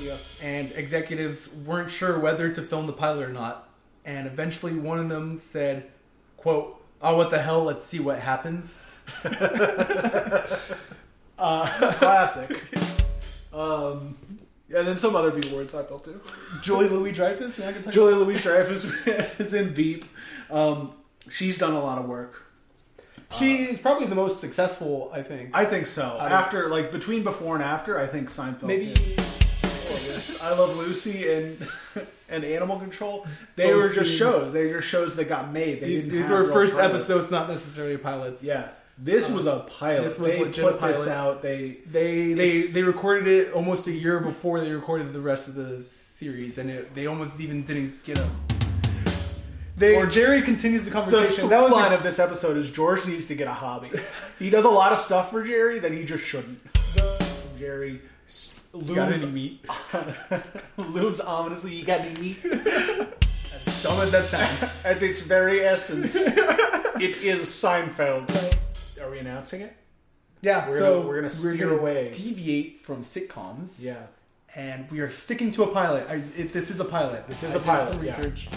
Yeah. and executives weren't sure whether to film the pilot or not. And eventually, one of them said, "quote Oh, what the hell? Let's see what happens." Classic. um, yeah, and then some other B words I built too. Julie Louis Dreyfus. I can tell Julie Louis Dreyfus is in Beep. Um, she's done a lot of work. she's probably the most successful, I think. I think so. don't- after, like, between before and after, I think Seinfeld. Maybe did. I Love Lucy and and Animal Control. They Both were just being- shows. They were just shows that got made. They these, didn't these have were real first pilots. episodes, not necessarily pilots. Yeah, Uh, this was a pilot. this was they legit put pilot. this out. They They they, It's- they recorded it almost a year before they recorded the rest of the series, and it, they almost even didn't get a. They, Or- Jerry continues the the conversation. That was line of this episode is George needs to get a hobby. he does a lot of stuff for Jerry that he just shouldn't. Jerry s- looms, meat? looms ominously. You got any meat? Dumb as that sounds. At its very essence, it is Seinfeld. Are we announcing it? Yeah, We're so gonna- we're gonna steer away. deviate from sitcoms. Yeah. and we are sticking to a pilot. I, it, this is a pilot. This is a pilot, Some yeah. research.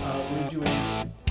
Uh, we're doing